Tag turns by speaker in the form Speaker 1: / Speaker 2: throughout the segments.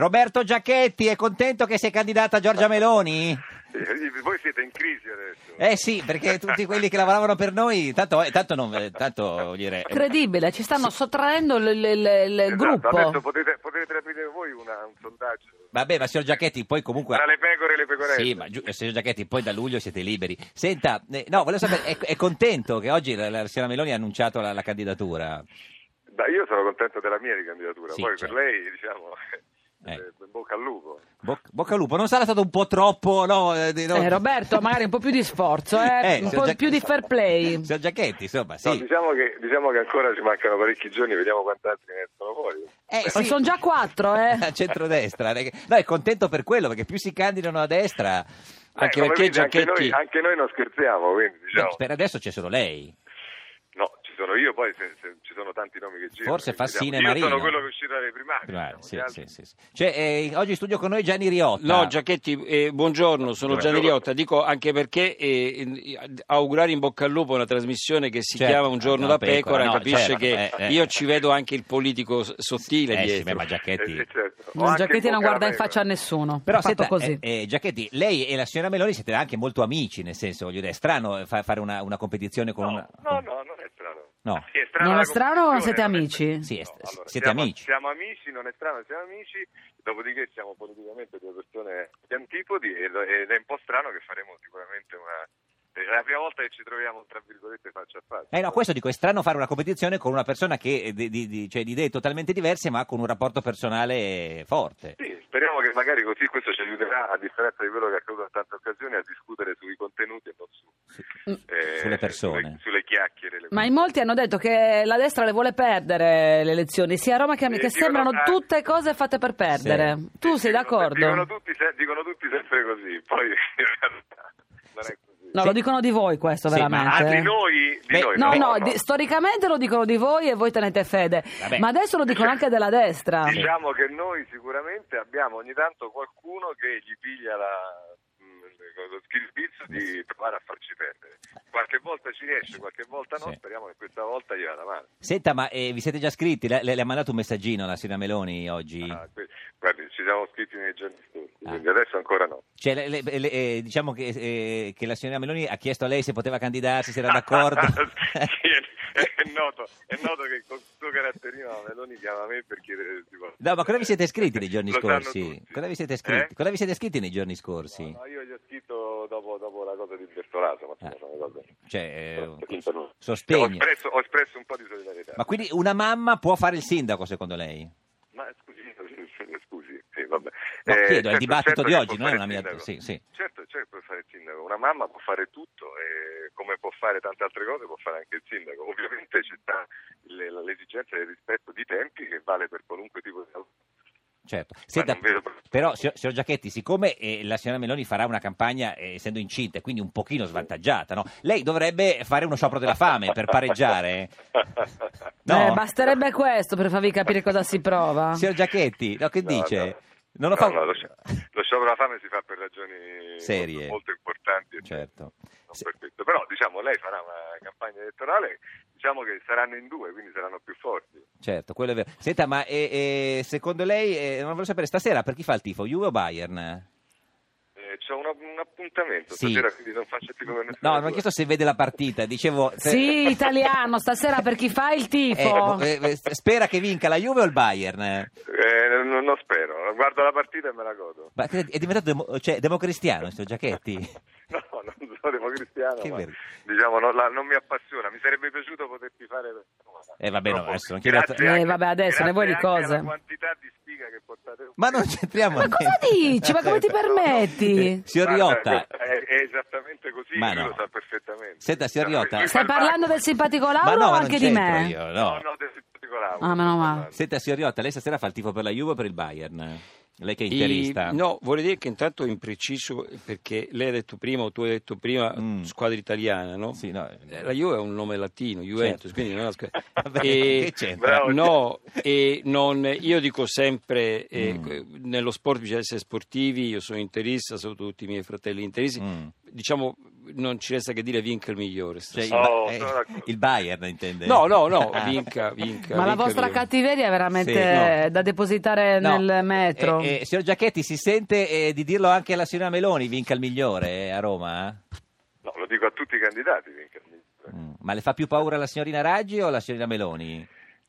Speaker 1: Roberto Giachetti, è contento che sei candidata a Giorgia Meloni?
Speaker 2: Voi siete in crisi adesso.
Speaker 1: Eh sì, perché tutti quelli che lavoravano per noi, tanto, eh, tanto non, tanto, voglio dire, eh,
Speaker 3: Incredibile, ci stanno sottraendo il, il- il- il
Speaker 2: Esatto, Adesso
Speaker 3: gruppo.
Speaker 2: potete, potete aprire voi una- un sondaggio.
Speaker 1: Vabbè, ma signor Giachetti, poi comunque...
Speaker 2: Tra le pecore e le pecorelle.
Speaker 1: Sì, ma giù, eh, signor Giachetti, poi da luglio siete liberi. Senta, eh, no, volevo sapere, è, è contento che oggi la, la signora Meloni ha annunciato la, la candidatura?
Speaker 2: Beh, io sono contento della mia di candidatura,
Speaker 1: Sì,
Speaker 2: poi
Speaker 1: certo.
Speaker 2: per lei diciamo
Speaker 1: Eh.
Speaker 2: eh, bocca al lupo.
Speaker 1: Boc- bocca al lupo, non sarà stato un po' troppo, no? eh, di- no?
Speaker 3: Eh, Roberto, magari un po' più di sforzo, eh,
Speaker 1: Eh,
Speaker 3: un
Speaker 1: signor
Speaker 3: po'
Speaker 1: Giac-
Speaker 3: più di fair play.
Speaker 1: Signor Giachetti, insomma,
Speaker 2: No,
Speaker 1: sì.
Speaker 2: diciamo, che, diciamo che ancora ci mancano parecchi giorni, vediamo quant'altri ne escono fuori.
Speaker 1: Eh,
Speaker 3: Oh,
Speaker 1: sì.
Speaker 3: Sono già quattro, eh.
Speaker 1: a centrodestra. perché- No, è contento per quello, perché più si candidano a destra...
Speaker 4: Anche
Speaker 2: Eh, come
Speaker 4: perché
Speaker 2: vedi, anche noi,
Speaker 4: Giacchetti-
Speaker 2: anche noi non scherziamo, quindi diciamo...
Speaker 1: Per adesso c'è solo lei.
Speaker 2: No, ci sono io, poi se- se- ci sono tanti nomi che girano.
Speaker 1: Forse
Speaker 2: quindi
Speaker 1: Fassina
Speaker 2: vediamo.
Speaker 1: e
Speaker 2: Io sono
Speaker 1: Marino.
Speaker 2: quello che uscirà dai primari.
Speaker 1: Primario,
Speaker 2: diciamo,
Speaker 1: sì,
Speaker 2: gli altri-
Speaker 1: sì, sì, sì. C'è, eh, oggi in studio con noi Gianni Riotta.
Speaker 4: No, Giacchetti, eh, buongiorno, sono Gianni
Speaker 2: Buongiorno.
Speaker 4: Riotta. Dico anche perché eh, eh, augurare in bocca al lupo una trasmissione che si
Speaker 1: Certo,
Speaker 4: chiama Un giorno
Speaker 1: no,
Speaker 4: da
Speaker 1: pecora,
Speaker 4: pecora,
Speaker 1: no, certo,
Speaker 4: capisce che
Speaker 1: eh, eh.
Speaker 4: io ci vedo anche il politico s-
Speaker 1: Eh,
Speaker 4: sottile
Speaker 1: sì,
Speaker 4: dietro.
Speaker 1: ma
Speaker 2: Eh,
Speaker 1: Giacchetti.
Speaker 2: sì, certo. Ho
Speaker 3: Non
Speaker 2: anche
Speaker 3: Giacchetti
Speaker 2: in
Speaker 3: non
Speaker 2: bocca
Speaker 3: guarda
Speaker 2: la
Speaker 3: in
Speaker 2: pecora.
Speaker 3: faccia a nessuno.
Speaker 1: Però
Speaker 3: Ha fatto
Speaker 1: senta,
Speaker 3: così.
Speaker 1: eh, eh, Giacchetti, lei e la signora Meloni siete anche molto amici, nel senso, voglio dire, è strano eh, fa- fare una, una competizione con una...
Speaker 2: No, no, no, non è strano.
Speaker 1: No.
Speaker 2: Sì,
Speaker 3: Non è
Speaker 2: la
Speaker 3: strano o
Speaker 2: competizione,
Speaker 3: siete
Speaker 2: non è-
Speaker 3: amici?
Speaker 1: Sì, è st- siete
Speaker 2: siamo,
Speaker 1: amici.
Speaker 2: Siamo amici, non è strano, siamo amici, dopodiché siamo politicamente due persone di antipodi e- ed è un po' strano che faremo sicuramente una... È la prima volta che ci troviamo, tra virgolette, faccia a faccia.
Speaker 1: Eh no, questo dico, è strano fare una competizione con una persona che eh, di, di- di- cioè, di idee totalmente diverse ma con un rapporto personale forte.
Speaker 2: Sì, speriamo che magari così questo ci aiuterà, a differenza di quello che è accaduto in tante occasioni, a discutere sui contenuti e non su, eh,
Speaker 1: Sulle persone.
Speaker 2: Sulle, sulle chiacchiere. le
Speaker 3: Ma in
Speaker 2: cose.
Speaker 3: molti hanno detto che la destra le vuole perdere le elezioni, sia a Roma che a
Speaker 2: Sì,
Speaker 3: che
Speaker 2: dicono
Speaker 3: sembrano
Speaker 2: tanti.
Speaker 3: tutte cose fatte per perdere. Tu sei
Speaker 2: Dicono- Dicono
Speaker 3: d'accordo?
Speaker 2: tutti, se- dicono tutti sempre così, poi in realtà non è così.
Speaker 3: No, lo dicono di voi questo,
Speaker 1: Sì,
Speaker 3: veramente.
Speaker 2: Ah,
Speaker 3: eh.
Speaker 2: di noi? Di
Speaker 1: Beh,
Speaker 2: noi
Speaker 3: No,
Speaker 1: Beh,
Speaker 3: no,
Speaker 1: no.
Speaker 3: di- storicamente lo dicono di voi e voi tenete fede,
Speaker 1: Vabbè.
Speaker 3: ma adesso lo dicono anche della destra.
Speaker 2: Diciamo che noi sicuramente abbiamo ogni tanto qualcuno che gli piglia la, mh, lo schirpizzo di provare a farci perdere. Qualche volta ci riesce, qualche volta no,
Speaker 1: Sì.
Speaker 2: speriamo che questa volta gli vada male.
Speaker 1: Senta, ma eh, vi siete già scritti? Le, le- le ha mandato un messaggino la signora Meloni oggi?
Speaker 2: Ah, que- guardi, ci siamo scritti nei giorni scorsi,
Speaker 3: Eh.
Speaker 1: Ah.
Speaker 2: quindi adesso ancora no.
Speaker 1: Cioè, le- le- le- eh, diciamo che, eh, che la signora Meloni ha chiesto a lei se poteva candidarsi, se era d'accordo.
Speaker 2: Sì, è, è noto, è noto che con suo caratterino la Meloni chiama me per chiedere se si può.
Speaker 1: No, ma cosa vi siete scritti nei giorni
Speaker 2: Lo sanno
Speaker 1: scorsi?
Speaker 2: tutti.
Speaker 1: Cosa vi siete
Speaker 2: Eh?
Speaker 1: scritti? Cosa vi siete scritti nei giorni scorsi?
Speaker 2: No, no, io gli ho scritto dopo, dopo la cosa di Bertolaso, ma insomma,
Speaker 1: Ah.
Speaker 2: sono cose-
Speaker 1: Cioè, eh,
Speaker 2: sono interno-
Speaker 1: sostegno.
Speaker 2: Ho espresso, ho espresso un po' di solidarietà.
Speaker 1: Ma quindi una mamma può fare il sindaco, secondo lei?
Speaker 2: Ma scusi, scusi, sì, vabbè.
Speaker 1: No,
Speaker 2: Eh,
Speaker 1: chiedo, è il
Speaker 2: certo,
Speaker 1: dibattito
Speaker 2: certo
Speaker 1: di
Speaker 2: che
Speaker 1: oggi,
Speaker 2: può
Speaker 1: non è
Speaker 2: fare
Speaker 1: una
Speaker 2: il
Speaker 1: mia...
Speaker 2: sindaco.
Speaker 1: Sì, sì.
Speaker 2: Certo, certo, può fare il sindaco. Una mamma può fare tutto, e come può fare tante altre cose, può fare anche il sindaco. Ovviamente c'è sta le- la- l'esigenza del rispetto di tempi che vale per qualunque tipo di lavoro.
Speaker 1: Certo. Senta,
Speaker 2: non vedo-
Speaker 1: però, signor, signor Giachetti, siccome eh, la signora Meloni farà una campagna eh, essendo incinta, e quindi un pochino svantaggiata, no? lei dovrebbe fare uno sciopero della fame per pareggiare? No?
Speaker 3: Eh, basterebbe questo per farvi capire cosa si prova.
Speaker 1: Signor Giachetti, no, che
Speaker 2: No,
Speaker 1: dice?
Speaker 2: no.
Speaker 1: Non lo
Speaker 2: No,
Speaker 1: fa...
Speaker 2: no, lo, sci- lo sciopero della fame si fa per ragioni
Speaker 1: Serie.
Speaker 2: molto, molto importanti.
Speaker 1: Certo.
Speaker 2: Non
Speaker 1: Se-
Speaker 2: per questo. Però diciamo, lei farà una campagna elettorale, diciamo che saranno in due, quindi saranno più forti.
Speaker 1: Certo, quello è vero. Senta, ma eh, eh, secondo lei, eh, non voglio sapere, stasera per chi fa il tifo, Juve o Bayern?
Speaker 2: Eh, c'ho una- un appuntamento
Speaker 1: Sì.
Speaker 2: stasera, quindi non faccio tipo per nessuna
Speaker 1: No, mi ha
Speaker 2: due.
Speaker 1: chiesto se vede la partita, dicevo... se-
Speaker 3: Sì, italiano, stasera per chi fa il tifo.
Speaker 1: Eh, eh, eh, spera che vinca la Juve o il Bayern?
Speaker 2: Eh, non, non lo spero, guardo la partita e me la godo.
Speaker 1: Ma credi- è diventato demo- cioè, democristiano il suo Giachetti?
Speaker 2: No, non sono democristiano,
Speaker 1: Che
Speaker 2: ma,
Speaker 1: ver-
Speaker 2: diciamo non, la- non mi appassiona, mi sarebbe piaciuto poterti fare...
Speaker 1: Eh, vabbè, no,
Speaker 2: Troppo.
Speaker 1: adesso non chiedo-
Speaker 2: Grazie
Speaker 3: Eh,
Speaker 2: anche-
Speaker 3: vabbè, adesso ne vuoi di
Speaker 2: grazie anche
Speaker 3: cose.
Speaker 2: alla quantità di sfiga che portate.
Speaker 1: Ma non c'entriamo
Speaker 3: Ma cosa
Speaker 1: niente.
Speaker 3: dici? Ma come ti permetti?
Speaker 1: Signor
Speaker 2: Guarda,
Speaker 1: Riotta,
Speaker 2: È, è esattamente così,
Speaker 1: Ma
Speaker 2: lui
Speaker 1: no.
Speaker 2: lo sa perfettamente.
Speaker 1: Senta, signor Riotta-
Speaker 3: Stai parlando del simpatico Lauro
Speaker 1: ma no,
Speaker 3: o
Speaker 1: ma non
Speaker 3: anche di me?
Speaker 1: c'entro io,
Speaker 2: No,
Speaker 1: no.
Speaker 2: no, del particolare.
Speaker 3: Ah, meno male.
Speaker 1: Senta, signor Riotta, lei stasera fa il tifo per la Juve o per il Bayern? Lei che è
Speaker 4: I-
Speaker 1: interista.
Speaker 4: no, vorrei dire che intanto è impreciso perché lei ha detto prima o tu hai detto prima
Speaker 1: Mm.
Speaker 4: squadra italiana, no?
Speaker 1: Sì, no.
Speaker 4: Eh, La Juve è un nome latino,
Speaker 1: Certo.
Speaker 4: Juventus, quindi non è una squadra.
Speaker 1: Vabbè,
Speaker 4: E-
Speaker 1: che c'entra?
Speaker 2: Bravo.
Speaker 4: No, e non- io dico sempre, eh,
Speaker 1: Mm.
Speaker 4: que- nello sport bisogna essere sportivi, io sono interista, sono tutti i miei fratelli interisti,
Speaker 1: Mm.
Speaker 4: diciamo non ci resta che dire vinca il migliore.
Speaker 1: Cioè, il,
Speaker 4: stasera.
Speaker 1: Ba-
Speaker 2: Oh,
Speaker 1: eh,
Speaker 2: sono d'accordo.
Speaker 1: il Bayern intende?
Speaker 4: No, no, no,
Speaker 1: Ah.
Speaker 4: vinca, vinca.
Speaker 3: Ma la
Speaker 4: vinca il
Speaker 3: vostra
Speaker 4: migliore.
Speaker 3: cattiveria è veramente
Speaker 1: Sì,
Speaker 3: da depositare
Speaker 1: No.
Speaker 3: nel metro.
Speaker 1: Eh, eh, signor Giacchetti, si sente eh, di dirlo anche alla signora Meloni, vinca il migliore eh, a Roma? eh?
Speaker 2: No, lo dico a tutti i candidati. minchia.
Speaker 1: Mm. Ma le fa più paura la signorina Raggi o la signorina Meloni?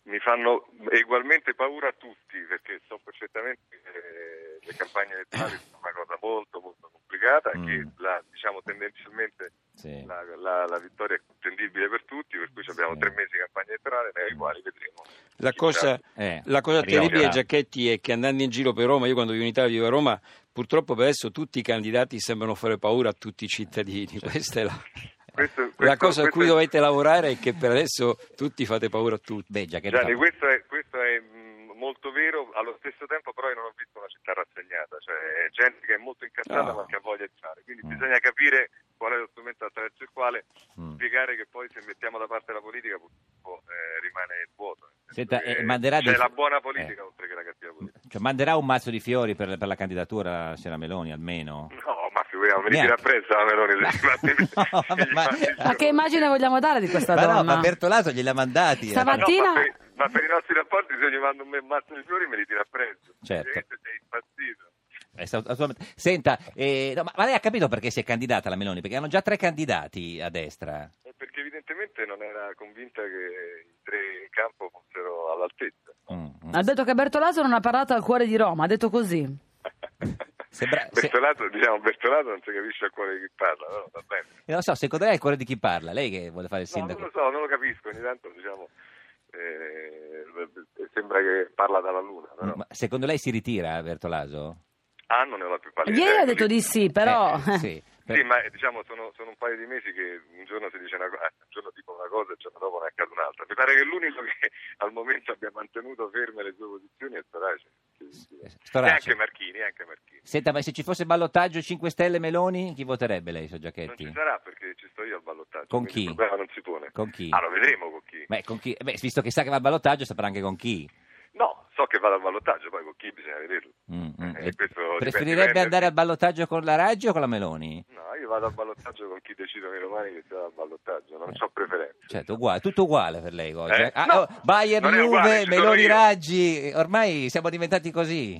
Speaker 2: Mi fanno ugualmente paura a tutti perché so perfettamente che eh, le campagne elettorali sono una cosa molto molto complicata e che
Speaker 1: Mm.
Speaker 2: la, diciamo tendenzialmente
Speaker 1: Sì.
Speaker 2: la, la- la vittoria è contendibile per tutti, per cui abbiamo
Speaker 1: Sì.
Speaker 2: tre mesi di campagna elettorale nei quali vedremo.
Speaker 4: Mm. La cosa,
Speaker 1: Eh,
Speaker 4: la cosa
Speaker 1: arriviamo
Speaker 4: terribile,
Speaker 1: là.
Speaker 4: Giacchetti, è che andando in giro per Roma, io quando vivo in Italia vivo a Roma, purtroppo per adesso tutti i candidati sembrano fare paura a tutti i cittadini. Questa è la,
Speaker 2: Questo-
Speaker 4: la
Speaker 2: questo-
Speaker 4: cosa a
Speaker 2: questo
Speaker 4: cui
Speaker 2: è-
Speaker 4: dovete lavorare, è che per adesso tutti fate paura a tutti.
Speaker 1: Beh, Giacchetti
Speaker 2: Gianni,
Speaker 1: fa-
Speaker 2: questo è, questo è, mh, molto vero, allo stesso tempo però io non ho visto una città rassegnata, cioè gente che è molto incazzata
Speaker 4: No.
Speaker 2: ma che ha voglia di fare, quindi
Speaker 1: Mm.
Speaker 2: bisogna capire qual è lo strumento attraverso il quale
Speaker 1: Mm.
Speaker 2: spiegare che poi se mettiamo da parte la politica purtroppo eh, rimane il vuoto. nel
Speaker 1: Senta,
Speaker 2: senso che
Speaker 1: eh, manderà
Speaker 2: c'è
Speaker 1: dei-
Speaker 2: la buona politica
Speaker 1: eh.
Speaker 2: oltre che la cattiva politica.
Speaker 1: Cioè, manderà un mazzo di fiori per, per la candidatura la signora Meloni, almeno?
Speaker 2: No, ma figuriamo, mi
Speaker 1: Neanche.
Speaker 2: tira appresso la Meloni.
Speaker 1: Ma-
Speaker 2: se gli fatti-
Speaker 1: no, vabbè,
Speaker 2: gli
Speaker 1: ma- Ma
Speaker 2: fatti
Speaker 3: Ma che
Speaker 2: giorni.
Speaker 3: immagine vogliamo dare di questa
Speaker 1: ma no,
Speaker 3: donna?
Speaker 1: ma Bertolaso gliel'ha mandati. eh.
Speaker 2: Ma
Speaker 3: Stamattina-
Speaker 2: no, ma, per, ma per i nostri rapporti se io gli mando un me- mazzo di fiori me li tira appresso.
Speaker 1: Certo.
Speaker 2: Ovviamente Sei impazzito.
Speaker 1: È stato- assolutamente- Senta, eh, no, ma, ma lei ha capito perché si è candidata la Meloni? Perché hanno già tre candidati a destra.
Speaker 2: Eh, Perché evidentemente non era convinta che i tre in campo fossero all'altezza.
Speaker 1: Mm, mm.
Speaker 3: Ha detto che Bertolaso non ha parlato al cuore di Roma, ha detto così.
Speaker 1: Sembra- se-
Speaker 2: Bertolato, diciamo, Bertolato non si capisce a cuore di chi parla, no? Va bene.
Speaker 1: non lo so, secondo lei è il cuore di chi parla? Lei che vuole fare il
Speaker 2: No, non
Speaker 1: sindaco?
Speaker 2: lo so, non lo capisco, ogni tanto diciamo, eh, sembra che parla dalla luna, però.
Speaker 1: Ma secondo lei si ritira Bertolaso?
Speaker 2: Ah, non ne ho la più pallida
Speaker 3: Ieri
Speaker 2: idea,
Speaker 3: ha detto
Speaker 2: così.
Speaker 3: di sì, però...
Speaker 1: Eh, sì, per-
Speaker 2: Sì, ma eh, diciamo sono, sono un paio di mesi che un giorno si dice una cosa, un giorno dico una cosa e il giorno dopo ne accade un'altra. Mi pare che l'unico che al momento abbia mantenuto ferme le sue posizioni è Storace.
Speaker 1: eh, Storace.
Speaker 2: E anche Marchini, e anche Marchini.
Speaker 1: Senta, ma se ci fosse ballottaggio 5 Stelle Meloni, chi voterebbe lei, Sio
Speaker 2: Non
Speaker 1: Giacchetti?
Speaker 2: ci sarà perché ci sto io al ballottaggio.
Speaker 1: Con
Speaker 2: quindi
Speaker 1: chi?
Speaker 2: Il problema non si pone.
Speaker 1: Con chi?
Speaker 2: Ah, lo vedremo con chi.
Speaker 1: Beh, con chi- beh, visto che sa che va al ballottaggio, saprà anche con chi.
Speaker 2: No, so che vado al ballottaggio, poi con chi bisogna vederlo.
Speaker 1: Mm, mm.
Speaker 2: Eh,
Speaker 1: E
Speaker 2: questo dipende-
Speaker 1: Preferirebbe
Speaker 2: dipende-
Speaker 1: andare al ballottaggio con la Raggi o con la Meloni?
Speaker 2: No, io vado al ballottaggio con chi decidono i romani che sia al ballottaggio, non
Speaker 1: Eh.
Speaker 2: ho preferenze.
Speaker 1: Certo, uguale, tutto uguale per lei oggi.
Speaker 2: Eh?
Speaker 1: eh? Ah,
Speaker 2: No,
Speaker 1: oh, Bayern,
Speaker 2: non è uguale,
Speaker 1: Juve,
Speaker 2: ci sono
Speaker 1: Meloni,
Speaker 2: io.
Speaker 1: Raggi, ormai siamo diventati così.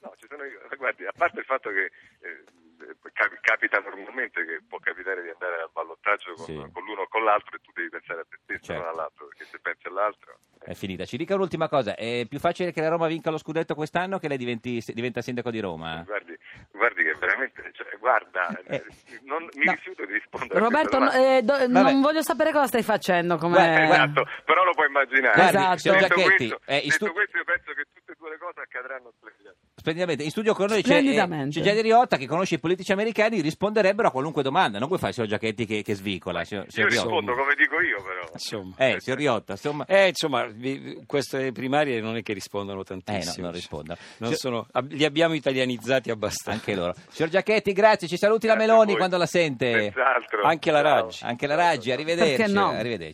Speaker 2: No, ci sono io. Guardi, a parte il fatto che eh, cap- capita normalmente che può capitare di andare al ballottaggio con,
Speaker 1: Sì.
Speaker 2: con l'uno o con l'altro e tu devi pensare a te stesso,
Speaker 1: Certo.
Speaker 2: non all'altro, perché se pensi all'altro...
Speaker 1: È finita. Ci dica un'ultima cosa, è più facile che la Roma vinca lo scudetto quest'anno o che lei diventi, diventa sindaco di Roma?
Speaker 2: Guardi, guardi che veramente, cioè, guarda,
Speaker 1: Ah. Eh,
Speaker 2: non, mi
Speaker 1: no.
Speaker 2: rifiuto di rispondere
Speaker 3: Roberto,
Speaker 2: a
Speaker 3: no-
Speaker 2: questa domanda.
Speaker 3: eh, do-
Speaker 1: Vabbè.
Speaker 3: non voglio sapere cosa stai facendo come...
Speaker 1: Guarda, guarda.
Speaker 2: Esatto, però lo puoi immaginare.
Speaker 1: Guardi,
Speaker 3: Esatto.
Speaker 1: signor
Speaker 2: Detto
Speaker 1: Giacchetti,
Speaker 2: questo,
Speaker 1: eh, in stu-
Speaker 2: detto questo, io penso che tutte e due le cose accadranno splendidamente.
Speaker 1: Splendidamente. In studio con noi c'è, eh,
Speaker 3: Splendidamente.
Speaker 1: c'è Gianni Riotta che conosce i politici americani, risponderebbero a qualunque domanda. Non vuoi fare il signor Giacchetti che, che svicola, signor,
Speaker 2: Io
Speaker 1: signor Riotta?
Speaker 2: rispondo come dico io, però.
Speaker 4: Insomma.
Speaker 1: Eh, signor Riotta, insomma...
Speaker 4: Eh, insomma, vi- queste primarie non è che rispondano tantissimo.
Speaker 1: Eh, no, non rispondono.
Speaker 4: Non
Speaker 1: Cioè-
Speaker 4: sono- ab- li abbiamo italianizzati abbastanza.
Speaker 1: Anche loro. Signor Giacchetti, grazie, ci saluti la
Speaker 2: Grazie a
Speaker 1: Meloni
Speaker 2: voi.
Speaker 1: quando la sente.
Speaker 2: Senz'altro.
Speaker 4: Anche la
Speaker 2: Ciao.
Speaker 4: Raggi.
Speaker 1: Anche la Raggi, arrivederci.
Speaker 3: Perché no?
Speaker 1: arrivederci.